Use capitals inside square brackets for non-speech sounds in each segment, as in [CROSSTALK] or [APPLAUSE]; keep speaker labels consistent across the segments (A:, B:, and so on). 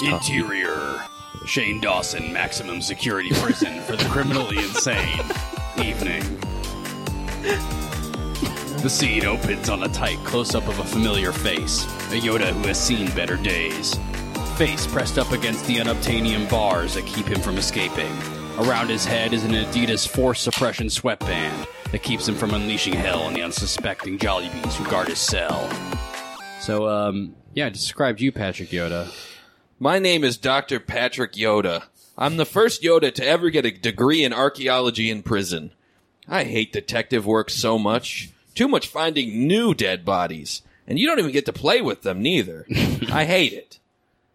A: Interior. Shane Dawson, maximum security prison for the criminally insane. Evening. The scene opens on a tight close up of a familiar face, a Yoda who has seen better days. Face pressed up against the unobtainium bars that keep him from escaping. Around his head is an Adidas force suppression sweatband that keeps him from unleashing hell on the unsuspecting Jollibees who guard his cell. So, um, yeah, I described you, Patrick Yoda.
B: My name is Dr. Patrick Yoda. I'm the first Yoda to ever get a degree in archaeology in prison. I hate detective work so much. Too much finding new dead bodies. And you don't even get to play with them, neither. I hate it.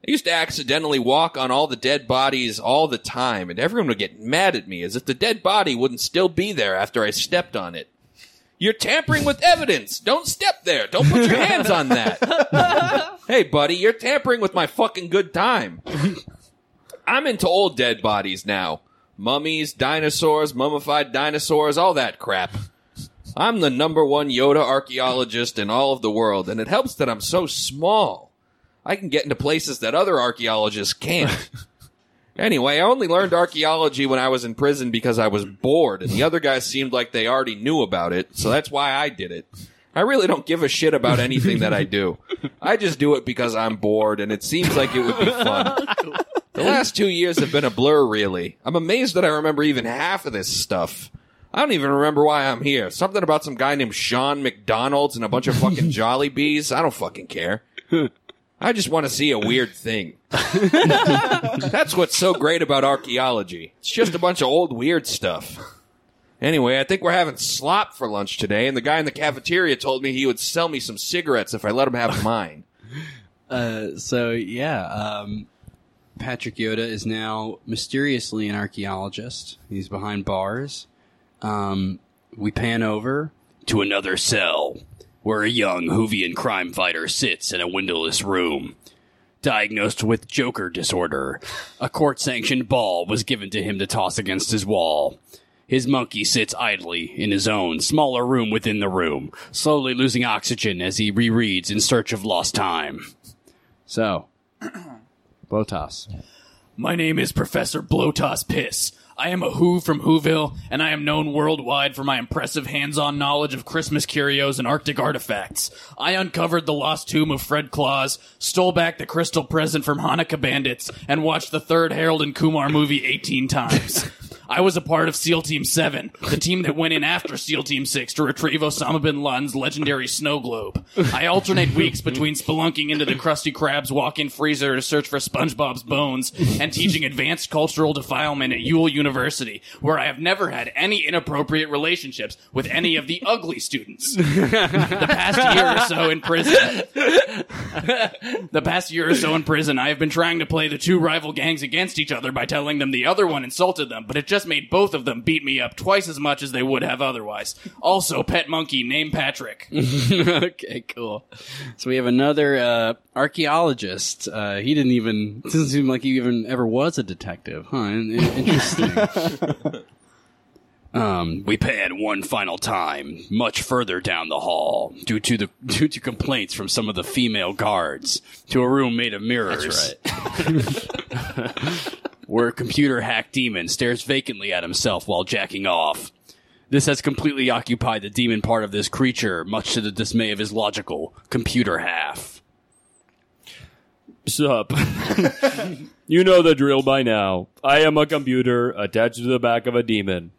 B: I used to accidentally walk on all the dead bodies all the time, and everyone would get mad at me as if the dead body wouldn't still be there after I stepped on it. You're tampering with evidence. Don't step there. Don't put your hands on that. hey, buddy, you're tampering with my fucking good time. I'm into old dead bodies now. Mummies, dinosaurs, mummified dinosaurs, all that crap. I'm the number one Yoda archaeologist in all of the world, and it helps that I'm so small. I can get into places that other archaeologists can't. anyway, I only learned archaeology when I was in prison because I was bored, and the other guys seemed like they already knew about it, so that's why I did it. I really don't give a shit about anything that I do. I just do it because I'm bored, and it seems like it would be fun. The last two years have been a blur, really. I'm amazed that I remember even half of this stuff. I don't even remember why I'm here. Something about some guy named Sean McDonald's and a bunch of fucking Jolly Bees. I don't fucking care. I just want to see a weird thing. That's what's so great about archaeology. It's just a bunch of old weird stuff. Anyway, I think we're having slop for lunch today, and the guy in the cafeteria told me he would sell me some cigarettes if I let him have mine.
A: Uh, so yeah, um, Patrick Yoda is now mysteriously an archaeologist. He's behind bars. Um, we pan over to another cell where a young Hoovian crime fighter sits in a windowless room. Diagnosed with Joker disorder, a court sanctioned ball was given to him to toss against his wall. His monkey sits idly in his own smaller room within the room, slowly losing oxygen as he rereads In Search of Lost Time. So, Botas.
C: My name is Professor Blotas Piss. I am a Who from Whoville, and I am known worldwide for my impressive hands-on knowledge of Christmas curios and Arctic artifacts. I uncovered the lost tomb of Fred Claus, stole back the crystal present from Hanukkah bandits, and watched the third Harold and Kumar movie 18 times. I was a part of SEAL Team 7, the team that went in after SEAL Team 6 to retrieve Osama bin Laden's legendary snow globe. I alternate weeks between spelunking into the Krusty Krab's walk-in freezer to search for SpongeBob's bones and teaching advanced cultural defilement at Yule University, where I have never had any inappropriate relationships with any of the ugly students. the past year or so in prison, the past year or so in prison, I have been trying to play the two rival gangs against each other by telling them the other one insulted them, but it just made both of them beat me up twice as much as they would have otherwise. Also, pet monkey named Patrick.
A: [LAUGHS] okay, cool. So we have another uh, archaeologist. Uh, he didn't even [LAUGHS] it doesn't seem like he even ever was a detective, huh? In- in- Interesting. um, we pan one final time, much further down the hall, due to the [LAUGHS] due to complaints from some of the female guards, to a room made of mirrors. right. [LAUGHS] Where a computer hack demon stares vacantly at himself while jacking off. This has completely occupied the demon part of this creature, much to the dismay of his logical computer half.
D: Sup. [LAUGHS] you know the drill by now. I am a computer attached to the back of a demon.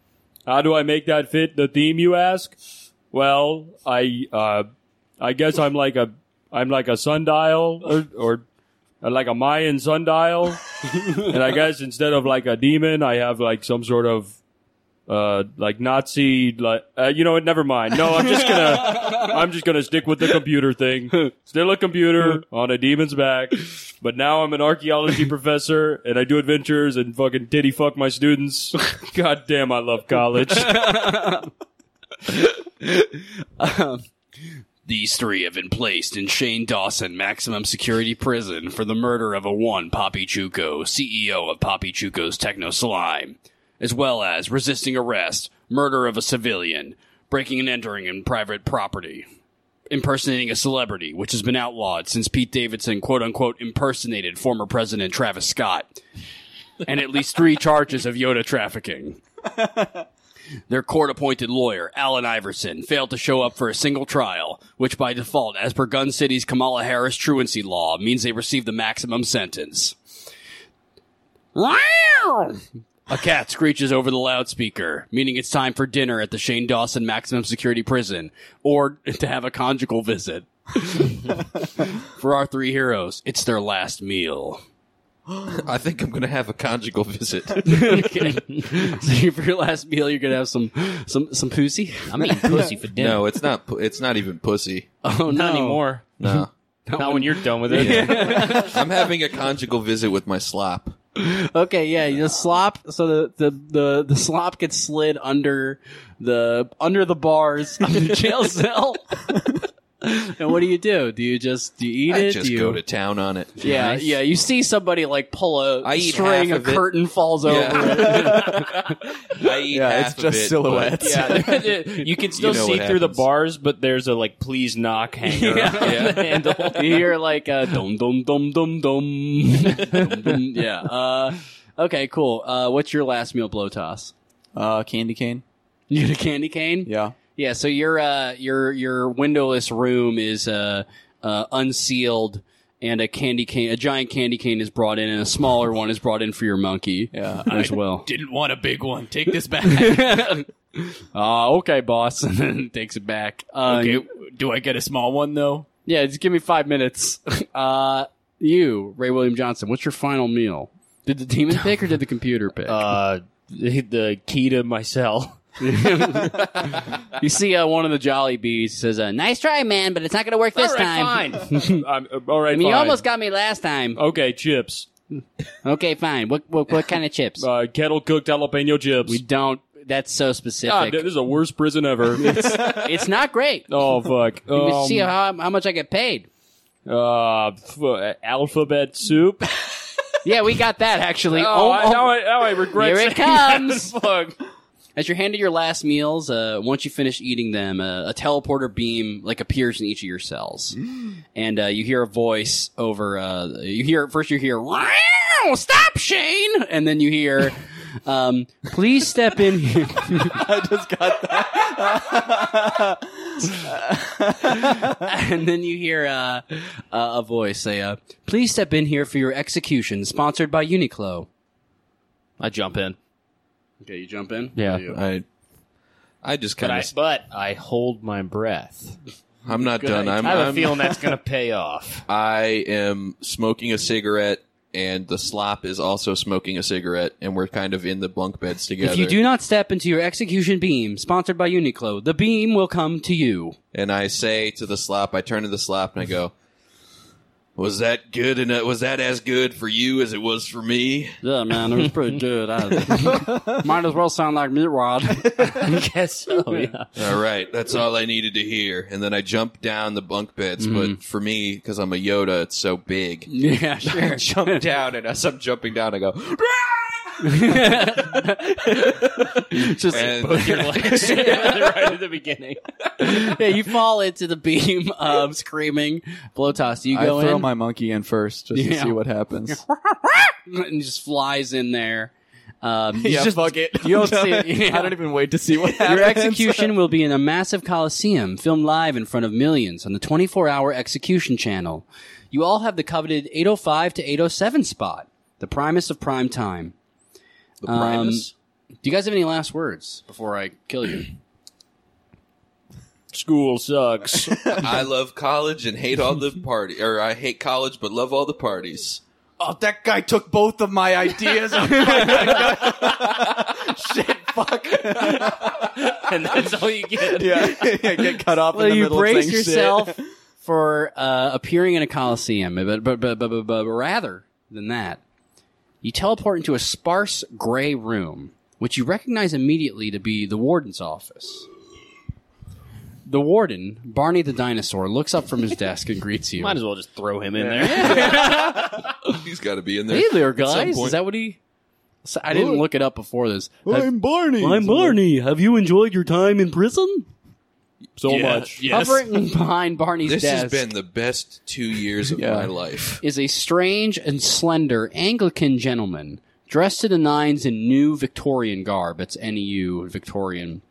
D: How do I make that fit the theme you ask? Well, I uh I guess I'm like a I'm like a sundial or or uh, like a Mayan sundial. [LAUGHS] and I guess instead of like a demon, I have like some sort of uh, like Nazi, like uh, you know what? Never mind. No, I'm just gonna, I'm just gonna stick with the computer thing. Still a computer on a demon's back, but now I'm an archaeology professor and I do adventures and fucking titty fuck my students. God damn, I love college.
A: These three have been placed in Shane Dawson maximum security prison for the murder of a one Poppy Chuco, CEO of Poppy Chuco's Techno Slime, as well as resisting arrest, murder of a civilian, breaking and entering in private property. impersonating a celebrity, which has been outlawed since Pete Davidson, quote unquote, impersonated former President Travis Scott, and at least three charges of Yoda trafficking. Their court appointed lawyer, Alan Iverson, failed to show up for a single trial, which by default, as per Gun City's Kamala Harris truancy law, means they receive the maximum sentence. A cat screeches over the loudspeaker, meaning it's time for dinner at the Shane Dawson maximum security prison, or to have a conjugal visit. [LAUGHS] for our three heroes, it's their last meal.
B: [LAUGHS]
A: [LAUGHS]
B: I think I'm going to have a conjugal visit.
A: so for your last meal, you're gonna have some some some pussy.
E: I'm eating pussy for dinner.
B: [LAUGHS] no, it's not. pu- It's not even pussy.
A: Oh,
E: not anymore.
B: [LAUGHS] No,
E: Not when you're done with it.
B: I'm having a conjugal visit with my slop.
A: Okay, yeah, the slop. So the, the the the slop gets slid under the under the bars of
B: [LAUGHS]
A: the jail cell. and what do you do? Do you just do you eat
B: I
A: it?
B: just
A: do you,
B: go to town on it.
A: yeah, yeah. You see somebody like pull a
B: I eat
A: string, a
B: half of it.
A: curtain falls
E: Oh,
A: over.
B: [LAUGHS]
A: it.
B: I eat
F: Yeah,
B: half
F: it's
B: of
F: just
B: it,
F: silhouettes.
E: Yeah,
A: [LAUGHS]
E: you can still
B: You know
E: see
B: what
E: through the
B: happens.
E: bars, but there's a like please knock hanger
A: [LAUGHS] Yeah.
E: on the handle.
A: you hear like a dum dum dum dum dum. Dum, dum. yeah. Uh, okay, cool. Uh, what's your last meal blow toss?
F: Uh, candy cane.
A: You get a candy cane?
F: Yeah.
A: Yeah, so your uh, your your windowless room is uh, uh, unsealed, and a candy cane, a giant candy cane is brought in, and a smaller one is brought in for your monkey
F: Yeah.
A: as
C: [LAUGHS]
A: well. [LAUGHS]
C: Didn't want a big one. Take this back.
A: Ah, okay, boss, [LAUGHS] and then takes it back. Uh,
C: okay, do I get a small one though?
A: yeah, just give me five
D: [LAUGHS]
A: minutes. Uh, you, Ray William Johnson, what's your final meal? Did the demon pick or did the computer pick?
E: Uh, the key to my cell.
A: you see uh, one of the Jolly Bees says, uh, "Nice try, man, but it's not going to work this time." [LAUGHS]
E: fine.
D: I'm, uh, all right,
A: I mean, you
D: fine.
A: almost got me last time.
D: Okay, chips.
A: Okay, fine. What what, what kind of chips?
D: Uh, kettle cooked jalapeno chips.
A: We don't. That's so
D: God,
A: specific.
D: this Ah, is the worst prison ever.
A: it's not great.
D: [LAUGHS] oh fuck.
A: You
D: Um,
A: see how how much I get paid.
D: uh, f- uh, alphabet soup.
A: Yeah, we got that actually.
D: Oh, I,
A: Oh,
D: now
A: oh.
D: I, now I regret.
A: Here it
D: saying that.
C: [LAUGHS]
A: comes.
D: Fuck.
A: As you're handed your last meals, uh, once you finish eating them, uh, a teleporter beam like appears in each of
F: [GASPS]
A: your cells, and uh, you hear a voice over. Uh, you hear first you hear "Wow, "Stop, Shane," and then
F: [LAUGHS]
A: you hear. Um, please step in here. [LAUGHS]
F: I just got that.
A: [LAUGHS]
F: [LAUGHS]
A: and then you hear uh, uh, a voice say, uh, please step in here for your execution, sponsored by Uniqlo.
E: I jump in,
A: Okay, you jump in.
E: Yeah.
A: You-
B: I, I just
E: but
B: kind
E: I,
B: of.
E: but I hold my breath.
B: I'm not done. I'm,
E: I have a
B: I'm-
E: feeling that's
D: [LAUGHS]
E: gonna pay off.
B: I am smoking a cigarette, and the slop is also smoking a cigarette, and we're kind of in the bunk beds together.
A: If you do not step into your execution beam, sponsored by Uniqlo, the beam will come to you.
B: and I say to the slop, I turn to the slop and I go, "Was that good? And uh, was that as good for you as it was for me?"
A: Yeah, man, it was pretty good.
F: [LAUGHS]
A: might as well sound like meat rod.
E: I guess so. Yeah.
B: All right, that's all I needed to hear. And then I jump down the bunk beds,
A: Mm-hmm.
B: but for me, because I'm a Yoda, it's so
A: [LAUGHS]
B: big.
F: [LAUGHS]
A: yeah, sure.
B: jump down, and as I'm jumping
A: [LAUGHS]
B: down, I go,
A: Just [LAUGHS]
B: and [LAUGHS]
E: right at the beginning.
A: yeah, you fall into the beam, um, screaming. Blotas, you
F: I
A: go
F: throw
A: in
F: my monkey in first just
A: Yeah.
F: to see what happens.
A: [LAUGHS] and just flies in there. Um, you
F: [LAUGHS] yeah,
A: just-
F: fuck it.
A: [LAUGHS] you
C: [LAUGHS]
A: don't
F: I'm done.
A: see-
F: [LAUGHS]
A: yeah.
F: I don't even wait to see what happens.
A: Your execution will be in a massive coliseum, filmed live in front of millions on the 24-hour execution channel. You all have the coveted 805 to 807 spot, the primus of prime time.
B: the primus.
A: Do you guys have any last words before I kill you?
D: School sucks.
B: [LAUGHS] I love college and hate all the party, or I hate college but love all the parties.
F: Oh, that guy took both of my
A: [LAUGHS]
F: ideas. Shit, fuck.
E: And that's all you get.
F: Yeah, yeah, get cut off
A: well,
F: in the
A: you
F: middle of
A: brace
F: saying shit.
A: yourself for uh, appearing in a coliseum, but, but, but, but, but, but rather than that, you teleport into a sparse gray room, which you recognize immediately to be the warden's office. The warden, Barney the dinosaur, looks up from his desk and greets you.
E: Might as well just throw him in there.
B: He's got to be in there.
A: Hey there,
B: some
A: guys!
B: point.
A: Is that what he? So I didn't look it up before this.
F: I'm Barney.
A: Barney. Have you enjoyed your time in prison?
D: so
C: Yeah,
D: much.
C: Yes.
A: Hovering behind Barney's
B: This
A: desk
B: has been the best two years of
F: Yeah.
B: my life.
A: is a strange and slender Anglican gentleman dressed to the nines in new Victorian garb. It's NEU Victorian.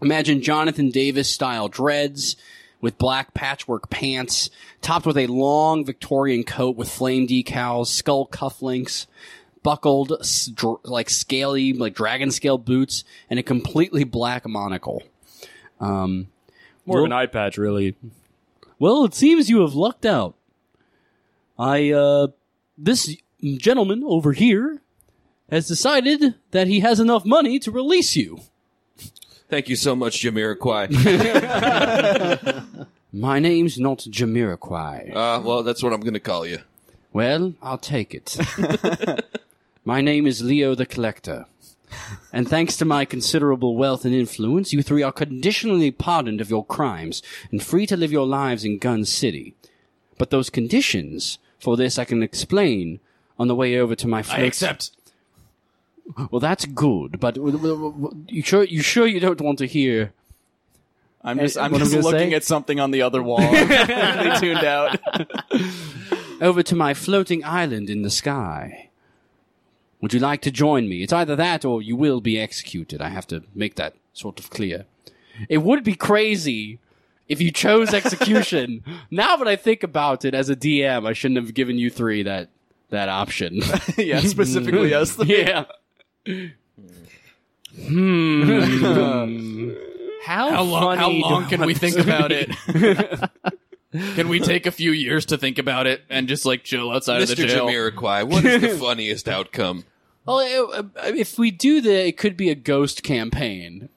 A: Imagine Jonathan Davis style dreads with black patchwork pants, topped with a long Victorian coat with flame decals, skull cufflinks, buckled s- dr- like scaly, like dragon scale boots, and a completely black monocle. Um,
D: More of an eye patch, really.
A: well, it seems you have lucked out. I, uh, this gentleman over here has decided that he has enough money to release you.
B: Thank you so much,
A: [LAUGHS]
B: Jamiroquai.
A: My name's not Jamiroquai.
B: uh, well, that's what I'm going to call you.
A: well, I'll take it. [LAUGHS] my name is Leo the Collector. And thanks to my considerable wealth and influence, you three are conditionally pardoned of your crimes and free to live your lives in Gun City. But those conditions for this I can explain on the way over to my
C: I
A: floats-
C: accept.
A: Well, that's good, but w- w- w- you sure you sure you don't want to hear?
F: I'm just, I'm
A: what I'm
F: just
A: gonna
F: looking
A: say?
F: at something on the
A: [LAUGHS]
F: other wall. they tuned out.
A: Over to my floating island in the sky. Would you like to join me? It's either that or you will be executed. I have to make that sort of clear. It would be crazy if you
F: [LAUGHS]
A: chose execution. now that I think about it, as a DM, I shouldn't have given you three that that option.
F: [LAUGHS] yeah, specifically us.
A: [LAUGHS] yeah.
F: Hmm.
A: [LAUGHS]
E: How,
C: How long? How
E: funny do
C: long
E: I
C: can
E: want
C: we
E: this
C: think
E: to
C: about
E: be?
C: it?
F: [LAUGHS]
C: can we take a few years to think about it and just like chill outside of the
B: Mr.
C: jail?
B: Jamiroquai, what
A: [LAUGHS]
B: is the funniest outcome?
A: Well, it, uh, if we do that, it could be a ghost
B: [LAUGHS]
A: campaign,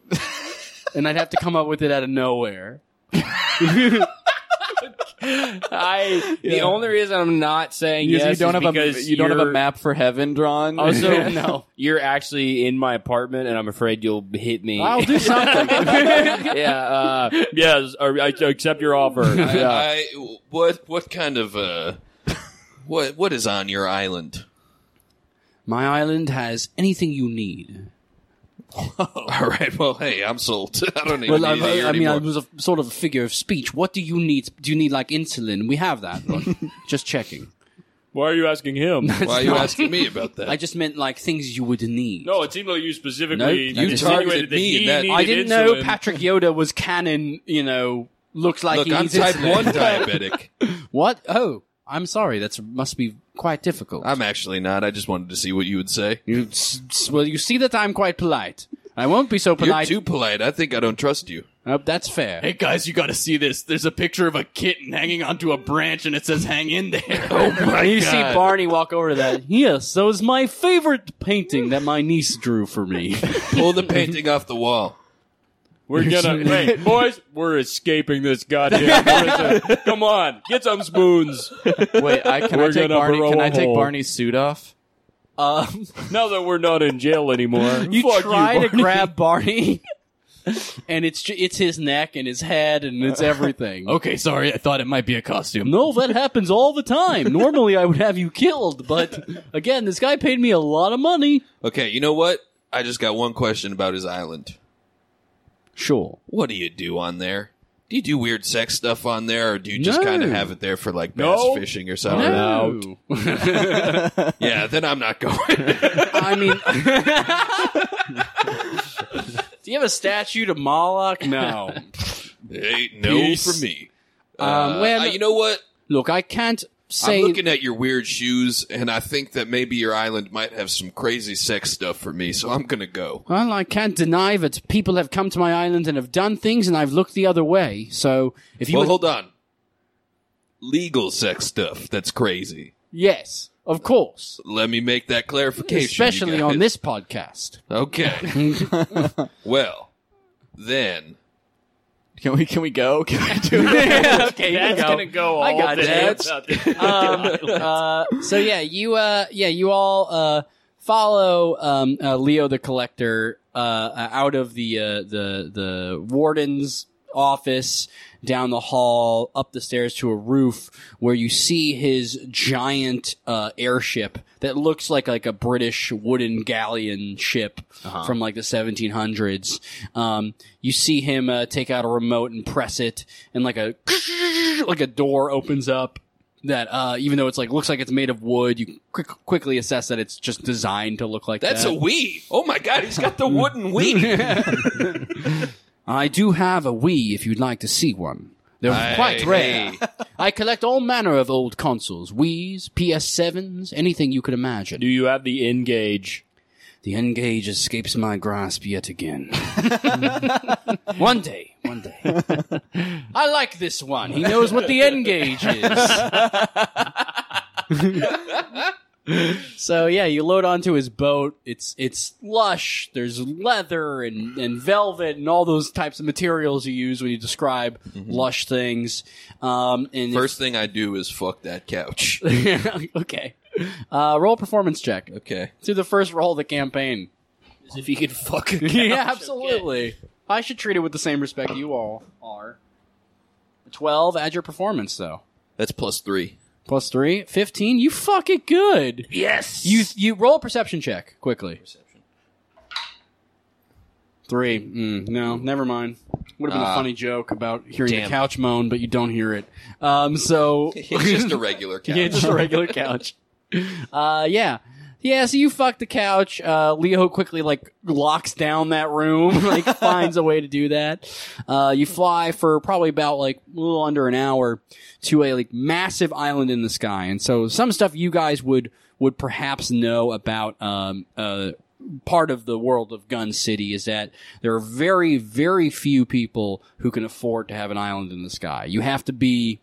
A: and I'd have to come up with it out of nowhere.
E: I the only reason I'm not saying
F: You,
E: yes
F: you don't
E: is
F: have a
E: because
F: you don't have a
E: you're-
F: map for heaven drawn.
E: Also,
D: [LAUGHS]
A: No.
E: you're actually in my apartment, and I'm afraid you'll hit me.
A: I'll do something. [LAUGHS]
E: yeah, uh,
D: Yes, I I accept your offer.
B: [LAUGHS]
D: yeah.
B: I, what what kind of uh, what what is on your island?
A: My island has anything you need.
F: Oh.
B: All right. Well, hey, I'm sold. [LAUGHS] I don't even
A: Well, I,
B: need to hear
A: I, I mean, I
B: anymore.
A: was a, sort of a figure of speech. What do you need? Do you need like insulin? We have that. [LAUGHS] Look, just checking.
D: Why are you asking him?
B: Why are you asking me about that?
A: I just meant like things you would need.
D: no, it seemed like you specifically
A: Nope. You
D: insinuated
B: targeted
D: that
B: me
D: he
B: and that-
D: needed
A: I didn't know
D: insulin.
A: Patrick Yoda was canon. You know, looks like
B: Look,
A: he
B: I'm
A: needs
B: type
A: insulin. [LAUGHS]
B: one diabetic.
A: What? Oh, I'm sorry. That's must be quite difficult.
B: I'm actually not. I just wanted to see what you would say.
A: You s- s- well, you see that I'm quite polite. I won't be so
B: You're
A: polite.
B: too polite. I think I don't trust you.
A: Oh, that's fair.
C: Hey guys, you got to see this. There's a picture of a kitten hanging onto a branch, and it says "Hang
F: [LAUGHS]
C: in there." Oh [LAUGHS] my
A: you see Barney walk over to that. Yes, that was my favorite painting that my niece drew for me.
B: Pull the painting off the wall.
D: We're gonna wait, boys. We're escaping this goddamn prison. Come on, get some spoons.
F: Wait, I, can I
D: We're
F: take
D: gonna
F: Barney?
D: burrow
F: Can
D: a
F: I take
D: hole.
F: Barney's suit off?
A: Um,
D: Now that we're not in jail anymore,
A: you
D: fuck
A: try to
D: you,
A: grab Barney, [LAUGHS] and it's ju- it's his neck and his head and it's everything.
C: Okay, sorry. I thought it might be a costume.
A: No, that happens all the time. Normally, I would have you killed, but again, this guy paid me a lot of money.
B: Okay, you know what? I just got one question about his island.
A: Sure.
B: What do you do on there? Do you do weird sex stuff on there, or do you just
A: No.
B: kind of have it there for like bass
D: No.
B: fishing or something?
D: Out.
A: No.
B: Yeah, then I'm not going. [LAUGHS]
A: I mean, [LAUGHS] do you have a statue to Moloch? No.
B: Ain't no
A: Peace.
B: for me.
A: Um,
B: Uh,
A: well-
B: uh, you know what?
A: Look, I can't
B: I'm
A: say.
B: looking at your weird shoes, and I think that maybe your island might have some crazy sex stuff for me, so I'm gonna go.
A: well, I can't deny that people have come to my island and have done things, and I've looked the other way. So, if you
B: well,
A: would-
B: hold on. Legal sex stuff. That's crazy.
A: yes, of course,
B: Let me make that clarification. you
A: especially on
B: guys.
A: this podcast.
B: Okay. well, then
F: Can we can we go? Can we [LAUGHS] do it?
A: okay,
E: that's gonna go. All
A: I got
E: day
A: it.
E: about
A: uh, so yeah, you uh, yeah, you all uh, follow um, uh, Leo the Collector uh, uh, out of the uh, the the warden's office, down the hall, up the stairs to a roof where you see his giant uh, airship that looks like like a British wooden galleon ship from like the 1700s. Um, you see him uh, take out a remote and press it, and like a [LAUGHS] like a door opens up that uh, even though it's like looks like it's made of wood, you quick, quickly assess that it's just designed to look like
B: That's
A: that.
B: a Wii. Oh my god, he's got the
A: [LAUGHS]
B: wooden Wii.
A: I do have a Wii if you'd like to see one. They're
B: Hey,
A: quite rare.
B: hey.
A: I collect all manner of old consoles, Wii's, PS7s, anything you could imagine.
D: Do you have the engage?
A: The N gauge escapes my grasp yet again. [LAUGHS] one day, one day. I like this one. He knows what the N gauge is. [LAUGHS] so yeah, you load onto his boat. It's it's lush. There's leather and, and velvet and all those types of materials you use when you describe lush things. Um, and
B: First thing I do is fuck that couch.
A: [LAUGHS] okay, uh, roll a performance check.
B: Okay.
A: Through the first roll of the campaign.
C: As if he
A: [LAUGHS]
C: could fuck. A
A: yeah, absolutely. I should treat it with the same respect you all are. 12, add your performance, though.
B: That's plus three.
A: Plus 3, 15, you fuck it good.
C: Yes.
A: You you roll a perception check quickly. Perception. 3, mm, no, never mind. Would have been a
B: Ah.
A: funny joke about hearing
B: Damn.
A: the couch moan, but you don't hear it. Um,
C: [LAUGHS]
A: so. [LAUGHS]
B: It's just a regular couch.
A: Yeah, just a regular couch. Uh, yeah. Yeah, so you fuck the couch. Uh, Leo quickly like locks down that room, [LAUGHS] like finds a way to do that. Uh, you fly for probably about like a little under an hour to a like massive island in the sky, and so some stuff you guys would would perhaps know about um, uh, part of the world of Gun City is that there are very very few people who can afford to have an island in the sky. You have to be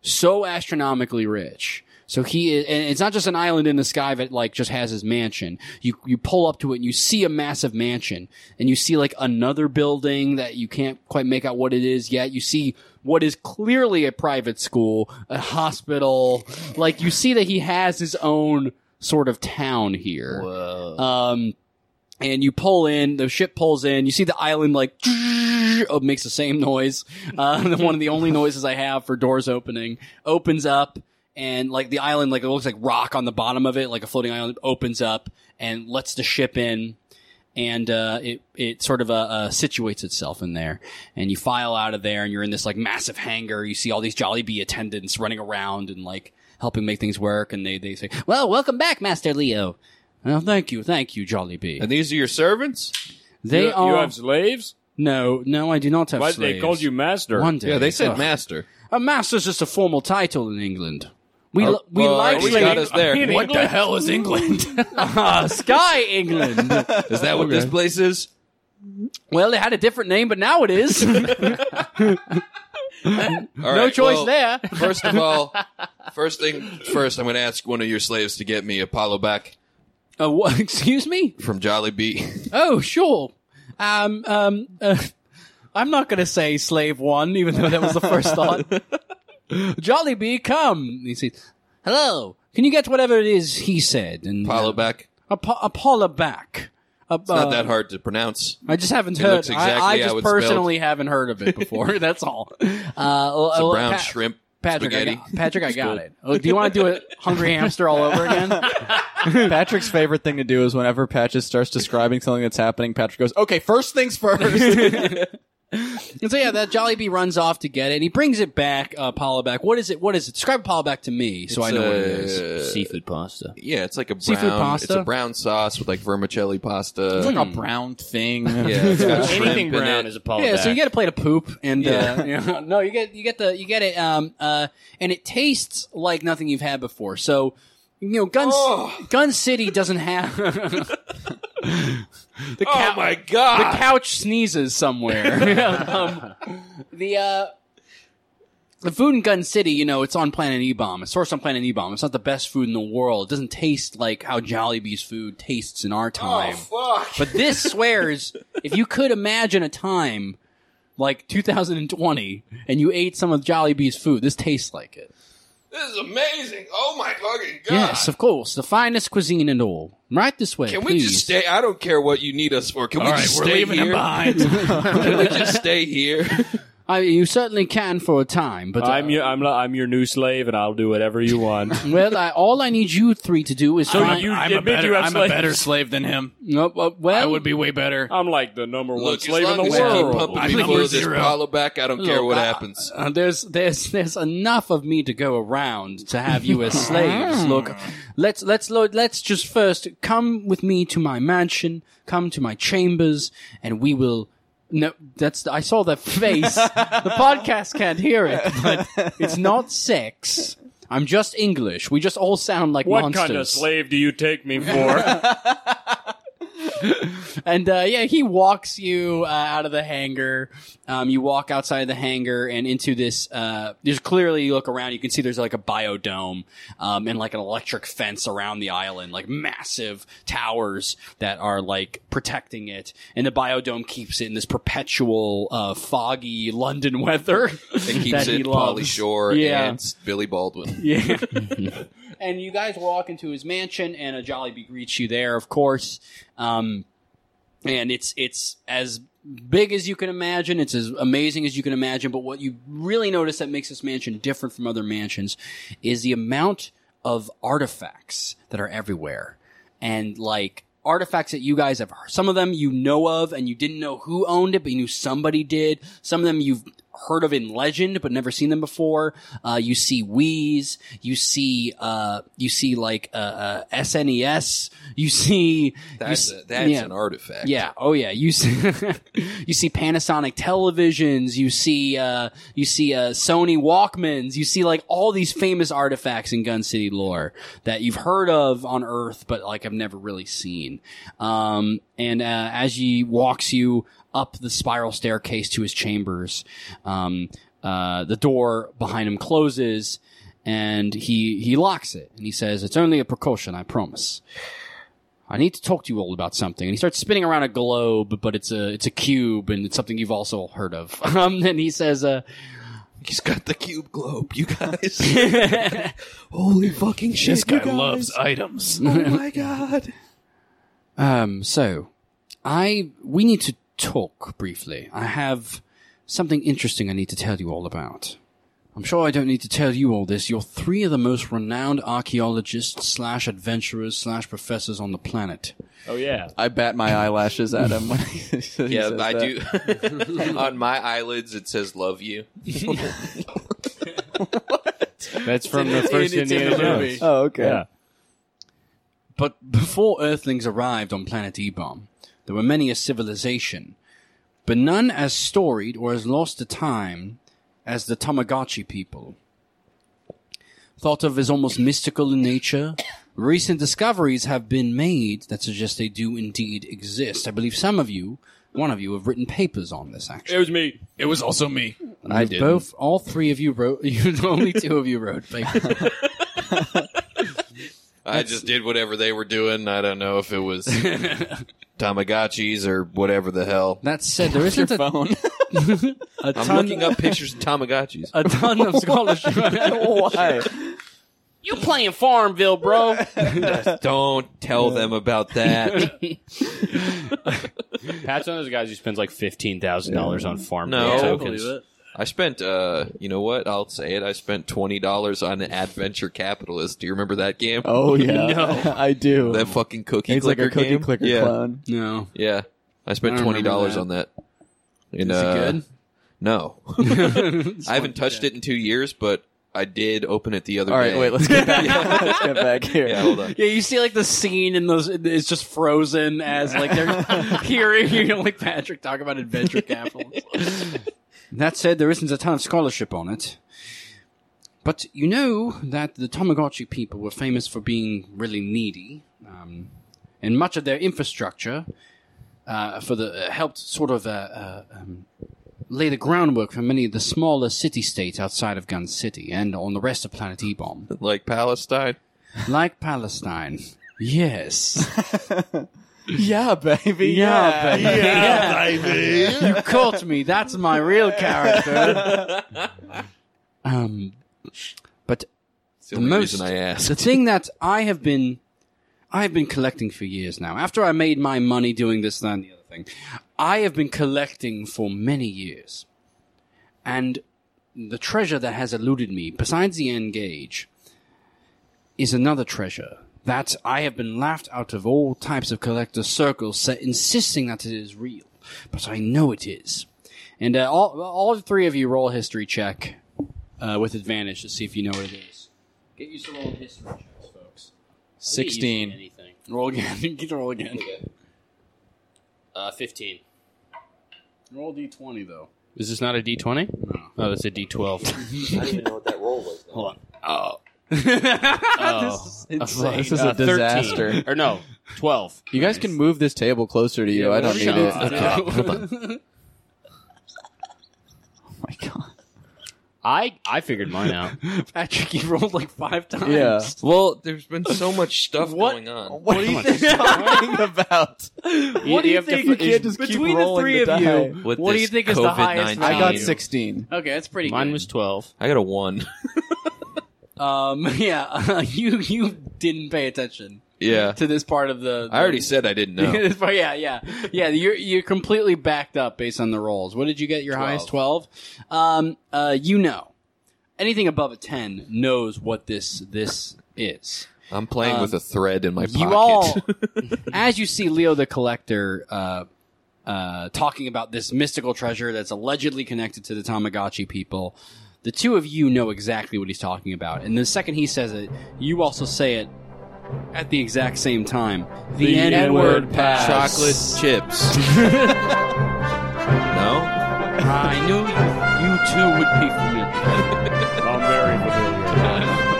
A: so astronomically rich. So he is, and it's not just an island in the sky that like just has his mansion. You you pull up to it and you see a massive mansion, and you see like another building that you can't quite make out what it is yet. You see what is clearly a private school, a hospital. Like you see that he has his own sort of town here. Um, and you pull in, the ship pulls in, you see the island like, [LAUGHS] oh, it makes the same noise. Uh, [LAUGHS] one of the only noises I have for doors opening opens up and like the island, like it looks like rock on the bottom of it, like a floating island opens up and lets the ship in. And uh, it it sort of uh, uh, situates itself in there, and you file out of there, and you're in this like massive hangar. You see all these Jolly Bee attendants running around and like helping make things work, and they they say, "Well, welcome back, Master Leo." Well, thank you, thank you, Jolly Bee.
B: And these are your servants?
A: They
D: you, you
A: are
D: have slaves?
A: no, no. I do not have.
D: Why
A: slaves.
D: they called you master?
A: One day.
B: Yeah, they said
A: Ugh.
B: master.
A: a master's just a formal title in England. We li- we
B: Uh, well,
A: like
B: Oh, we
A: slaves-
B: got us there.
D: What
C: what the hell is England?
A: [LAUGHS] Ah, Sky
B: [LAUGHS]
A: England.
B: Is that what this place is?
A: well, it had a different name, but now it
B: [LAUGHS]
A: is
B: All
A: no
B: right,
A: choice
B: well,
A: there.
B: First
A: [LAUGHS]
B: of all, first thing first, I'm going to ask one of your slaves to get me Apollo back
A: Uh, wha- [LAUGHS] excuse me.
B: from Jolly Bee. [LAUGHS]
A: Oh, sure. Um, um, uh, [LAUGHS] I'm not going to say slave one, even though that was the first
B: [LAUGHS]
A: thought. Jolly Bee, come. He says, "Hello. Can you get whatever it is?" He said, and uh,
B: Apollo back.
A: Apo- Apollo back. It's
B: Not that hard to pronounce.
A: I just haven't
B: It
A: heard.
B: looks exactly
A: I, I
B: how
A: just
B: it's
A: personally haven't heard of it before. [LAUGHS] That's all. Uh, well,
B: The
A: well,
B: brown
A: Pa-
B: shrimp
A: Patrick, I
B: spaghetti.
A: got, Patrick, I got it. Oh, do you want to do a hungry hamster all over
B: [LAUGHS]
A: again?
F: [LAUGHS] Patrick's favorite thing to do is whenever Patches starts describing something that's happening, Patrick goes, "Okay, first things first.
A: and so yeah, that Jollibee runs off to get it, and he brings it back. Uh, Paula back. What is it? What is it? Describe Paula back to me, so I know what it is.
B: Uh,
E: Seafood pasta.
B: Yeah, it's like a brown,
A: Seafood
B: It's
A: pasta?
B: a brown sauce with like vermicelli pasta.
F: It's like a brown thing.
B: [LAUGHS] Mm. [LAUGHS] yeah,
F: [LAUGHS]
B: it's got shrimp
E: Anything
B: in
E: brown
B: it.
E: is a Apollo.
A: Yeah, so you
E: back.
A: get a plate of poop, and
B: Yeah.
A: uh, [LAUGHS] you know, no, you get you get the you get it, um, uh, and it tastes like nothing you've had before. So, you know, Gun
B: Oh.
A: Gun City doesn't
B: [LAUGHS]
A: have the cow-
B: oh my
A: the
B: god!
A: couch sneezes
B: [LAUGHS]
A: somewhere. [LAUGHS] um, the uh, the food in Gun City, you know, it's on Planet E Bomb. It's sourced on Planet E Bomb. It's not the best food in the world. It doesn't taste like how Jollibee's food tastes in our time.
B: Oh, fuck!
A: But this
B: [LAUGHS]
A: swears if you could imagine a time like 2020 and you ate some of Jollibee's food, this tastes like it.
B: This is amazing! Oh my fucking god!
A: Yes, of course, the finest cuisine in all. Right this way,
B: Can we
A: please.
B: just stay? I don't care what you need us for. Can we
C: All right,
B: just [LAUGHS]
C: we're
B: stay
C: leaving him
B: here?
C: behind.
B: Can we just stay here?
A: I, you certainly can for a time, but uh,
D: I'm your I'm, li- I'm your new slave, and I'll do whatever you want.
A: well, I, all I need you three to do is
C: I'm,
A: find.
D: you
C: I'm, a,
D: admit
C: better,
D: you have
C: I'm a
D: slaves.
C: better slave than him.
A: No, uh, well,
C: I would be way better.
D: I'm like the number one
B: Look, as
D: slave in
B: long
D: the
B: as you keep
D: world.
B: pumping
C: I'm
B: me
C: number
B: full of this
C: zero.
B: Paolo back, I don't care
A: Look,
B: what
A: I-
B: happens.
A: uh, there's there's [LAUGHS] there's enough of me to go around to have you
D: [LAUGHS]
A: as
D: Ah.
A: slaves. Look, let's let's lo- let's just first come with me to my mansion, come to my chambers, and we will. No, that's I saw the face.
D: [LAUGHS]
A: the podcast can't hear it, but it's not sex. I'm just English. We just all sound like
D: What
A: monsters.
D: kind of slave do you take
E: [LAUGHS]
D: me for?
A: And uh, yeah, he walks you uh, out of the hangar. Um, you walk outside the hangar and into this. Uh, there's clearly you look around, you can see there's like a biodome um, and like an electric fence around the island, like massive towers that are like protecting it. And the biodome keeps it in this perpetual uh, foggy London weather.
B: It
A: [LAUGHS] that
B: keeps
A: he
B: it Polly
A: loves.
B: Shore
A: Yeah.
B: and Billy Baldwin.
A: [LAUGHS]
B: [LAUGHS]
A: Yeah. and you guys walk into his mansion, and a Jollibee greets you there, of course. Um, and it's it's as big as you can imagine. It's as amazing as you can imagine. But what you really notice that makes this mansion different from other mansions is the amount of artifacts that are everywhere, and like. Artifacts that you guys have heard. Some of them you know of and you didn't know who owned it, but you knew somebody did. Some of them you've heard of in legend but never seen them before. Uh, you see Wii's, you see uh, you see like uh, uh, SNES, you see
B: That's,
A: you, s-
B: a, that's
A: yeah.
B: an artifact.
A: Yeah. Oh, yeah. You see, [LAUGHS] you see Panasonic televisions. You see, uh, you see uh, Sony Walkmans. You see like all these famous artifacts in Gun City lore that you've heard of on Earth, but like have never really seen. Um, and uh, as he walks you up the spiral staircase to his chambers, um, uh, the door behind him closes. And he, he locks it and he says, it's only a precaution, I promise. I need to talk to you all about something. And he starts spinning around a globe, but it's a it's a cube, and it's something you've also heard of. [LAUGHS] Um, and he says, uh,
B: He's got the cube globe, you
A: [LAUGHS]
B: guys. [LAUGHS] Holy fucking shit.
C: This guy
B: you guys.
C: loves items.
B: [LAUGHS]
F: [LAUGHS]
B: Oh my god.
A: um, "So, I we need to talk briefly. I have something interesting I need to tell you all about. I'm sure I don't need to tell you all this. You're three of the most renowned archaeologists slash adventurers slash professors on the planet.
D: oh yeah.
F: I bat my eyelashes at him. When he [LAUGHS] says
B: Yeah, I
F: that.
B: do. [LAUGHS] On my eyelids, it says love you.
E: That's from the first Indiana Jones.
F: Oh, okay.
D: Yeah.
A: But before Earthlings arrived on planet Ebom, there were many a civilization, but none as storied or as lost to time as the Tamagotchi people. Thought of as almost mystical in nature, recent discoveries have been made that suggest they do indeed exist. I believe some of you, one of you, have written papers on this. Actually,
D: It was me.
C: It was also me.
A: I did. Both, all three of you wrote. [LAUGHS] You only two of you wrote papers.
B: I just did whatever they were doing. I don't know if it
A: [LAUGHS]
B: was Tamagotchis or whatever the hell.
A: That said, [LAUGHS] there isn't a,
B: [LAUGHS]
F: Phone. [LAUGHS]
A: a
B: I'm
A: ton,
B: looking up pictures of Tamagotchis.
A: a ton of scholarship.
F: Why? [LAUGHS]
B: [LAUGHS]
A: You playing Farmville, bro?
B: Don't tell them about
A: [LAUGHS]
B: that.
E: [LAUGHS] Pat's one of those guys who spends like fifteen thousand dollars on farm
B: No.
E: tokens. [LAUGHS]
B: I spent, uh, you know what? I'll say it. I spent twenty dollars on Adventure Capitalist. Do you remember that game?
F: Oh yeah, I do.
B: that fucking cookie
F: He's like
B: clicker
F: a cookie
B: game.
F: clicker
B: yeah,
F: clown.
A: [LAUGHS] no.
B: yeah. I
A: I
B: spent
A: don't
B: twenty
A: remember
B: dollars
A: that.
B: on that. And,
A: Is it
B: uh,
A: good?
B: No, I haven't touched it in two years, but I did open it the other
F: All
B: day.
F: right, wait. Let's get [LAUGHS] back. let's get back here.
B: [LAUGHS] yeah,
F: [LAUGHS]
B: hold on.
A: Yeah, you see like the scene in those it's just frozen as like they're [LAUGHS] hearing you like Patrick talk about adventure capitalism. [LAUGHS] that said, there isn't a ton of scholarship on it. But you know that the Tamagotchi people were famous for being really needy, um, and much of their infrastructure uh, for the uh, helped sort of uh, uh, um, lay the groundwork for many of the smaller city-states outside of Gun City and on the rest of planet Ebom [LAUGHS]
B: Like Palestine.
A: like Palestine. Yes.
F: [LAUGHS] Yeah, baby.
A: Yeah, baby.
F: Yeah.
D: [LAUGHS]
A: you caught me. That's my real character. Um, but
B: It's the, only
A: most-
B: reason I
A: the [LAUGHS]
B: asked.
A: thing that I have been, I have been collecting for years now. After I made my money doing this, that, and the other thing, I have been collecting for many years. and the treasure that has eluded me, besides the N gauge, is another treasure that I have been laughed out of all types of collector circles, so insisting that it is real, but I know it is. And uh, all all three of you roll a history check uh, with advantage to see if you know what it is. Get used to rolling history checks, folks.
F: Sixteen.
A: Roll again. [LAUGHS] Get to roll again.
G: Uh, 15.
A: Roll d20 though.
G: Is this not a D20? No. Oh, it's
A: [LAUGHS]
G: a D12.
H: I didn't even know what that roll was. Though.
A: [LAUGHS]
G: oh.
F: insane. This is a
G: Uh, 13.
F: disaster.
G: Or no, 12.
F: You guys can move this table closer to you. I don't need
G: Shut
F: it.
G: up. I, I figured
F: [LAUGHS]
G: mine out.
A: [LAUGHS] Patrick, you rolled like five times.
F: Yeah.
B: Well, there's been so [LAUGHS] much stuff going on.
F: [LAUGHS] What are you talking about?
A: [LAUGHS] What do you, think?
F: You can't just keep
A: between the
F: rolling
A: three
F: the
A: of you,
F: die.
B: With
A: what do
B: this
A: you think is the highest?
B: COVID-19.
F: I got
A: value?
F: sixteen.
A: Okay, that's pretty.
G: Mine
A: good.
G: was 12.
B: I got a one. [LAUGHS]
A: Um, [LAUGHS] yeah, you you didn't pay attention
B: yeah,
A: to this part of the.
B: I already said I didn't
A: [LAUGHS]
B: know.
A: This part- yeah, yeah, yeah. You're you're completely backed up based on the rolls. What did you get? Your highest twelve. Um, uh, you know, anything above a ten knows what this this is.
B: I'm playing with a thread in my pocket.
A: You all, as you see Leo the Collector uh, uh, talking about this mystical treasure that's allegedly connected to the Tamagotchi people, the two of you know exactly what he's talking about. And the second he says it, you also say it at the exact same time. The, N-word pass.
B: chocolate chips. no,
A: I knew you, you two would be familiar.
D: I'm very familiar.